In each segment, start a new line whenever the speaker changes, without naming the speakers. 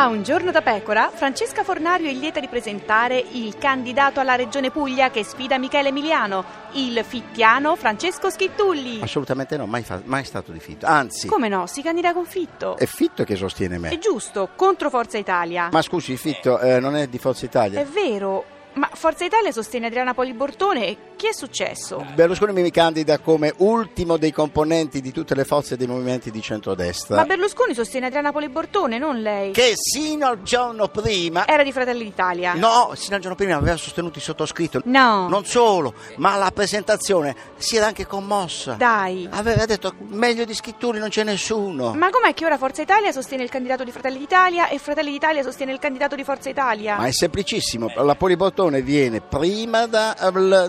A un giorno da pecora, Francesca Fornario è lieta di presentare il candidato alla Regione Puglia che sfida Michele Emiliano, il fittiano Francesco Schittulli.
Assolutamente no, mai, fa- mai stato di fitto. Anzi,
Come no, si candida con Fitto.
è fitto che sostiene
È
me.
giusto, contro Forza Italia.
Ma scusi, fitto eh, non è di Forza
È
Italia.
vero, ma Forza Italia sostiene Adriana Polibortone e che è successo?
Berlusconi mi candida come ultimo dei componenti di tutte le forze dei movimenti di
Ma
centrodestra.
Berlusconi sostiene Adriana Polibortone, non lei.
Che sino al giorno prima.
Era di Fratelli d'Italia.
No, sino al giorno prima aveva sostenuto il sottoscritto.
ah. No.
Non solo, ma alla presentazione si era anche commossa.
Dai.
Aveva detto meglio di Schitturi non c'è nessuno.
Ma com'è che ora Forza Italia sostiene il candidato di Fratelli d'Italia e Fratelli d'Italia sostiene il candidato di Forza Italia?
Ma è semplicissimo, la Polibottone viene prima da,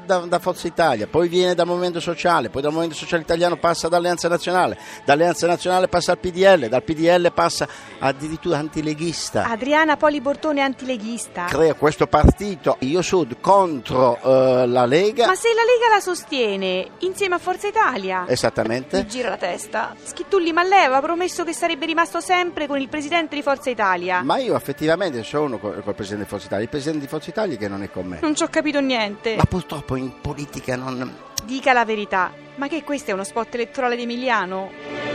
da- da Forza Italia, poi viene dal Movimento Sociale, poi dal Movimento Sociale Italiano passa ad Alleanza Nazionale, dall'Alleanza Nazionale passa al PDL, dal PDL passa addirittura antileghista.
Adriana Polibortone è antileghista.
Crea questo partito Io Sud contro eh, la Lega.
Ma se la Lega la sostiene insieme a Forza Italia?
Eh,
Mi
Esattamente.
gira la testa. Schittulli, ma lei aveva promesso che sarebbe rimasto sempre con il presidente di Forza Italia.
Ma io effettivamente sono col, col presidente di Forza Italia, il presidente di Forza Italia che non è con me.
Non ci ho capito niente.
Ma purtroppo in politica non.
Dica la verità. Ma che questo è uno spot elettorale di Emiliano?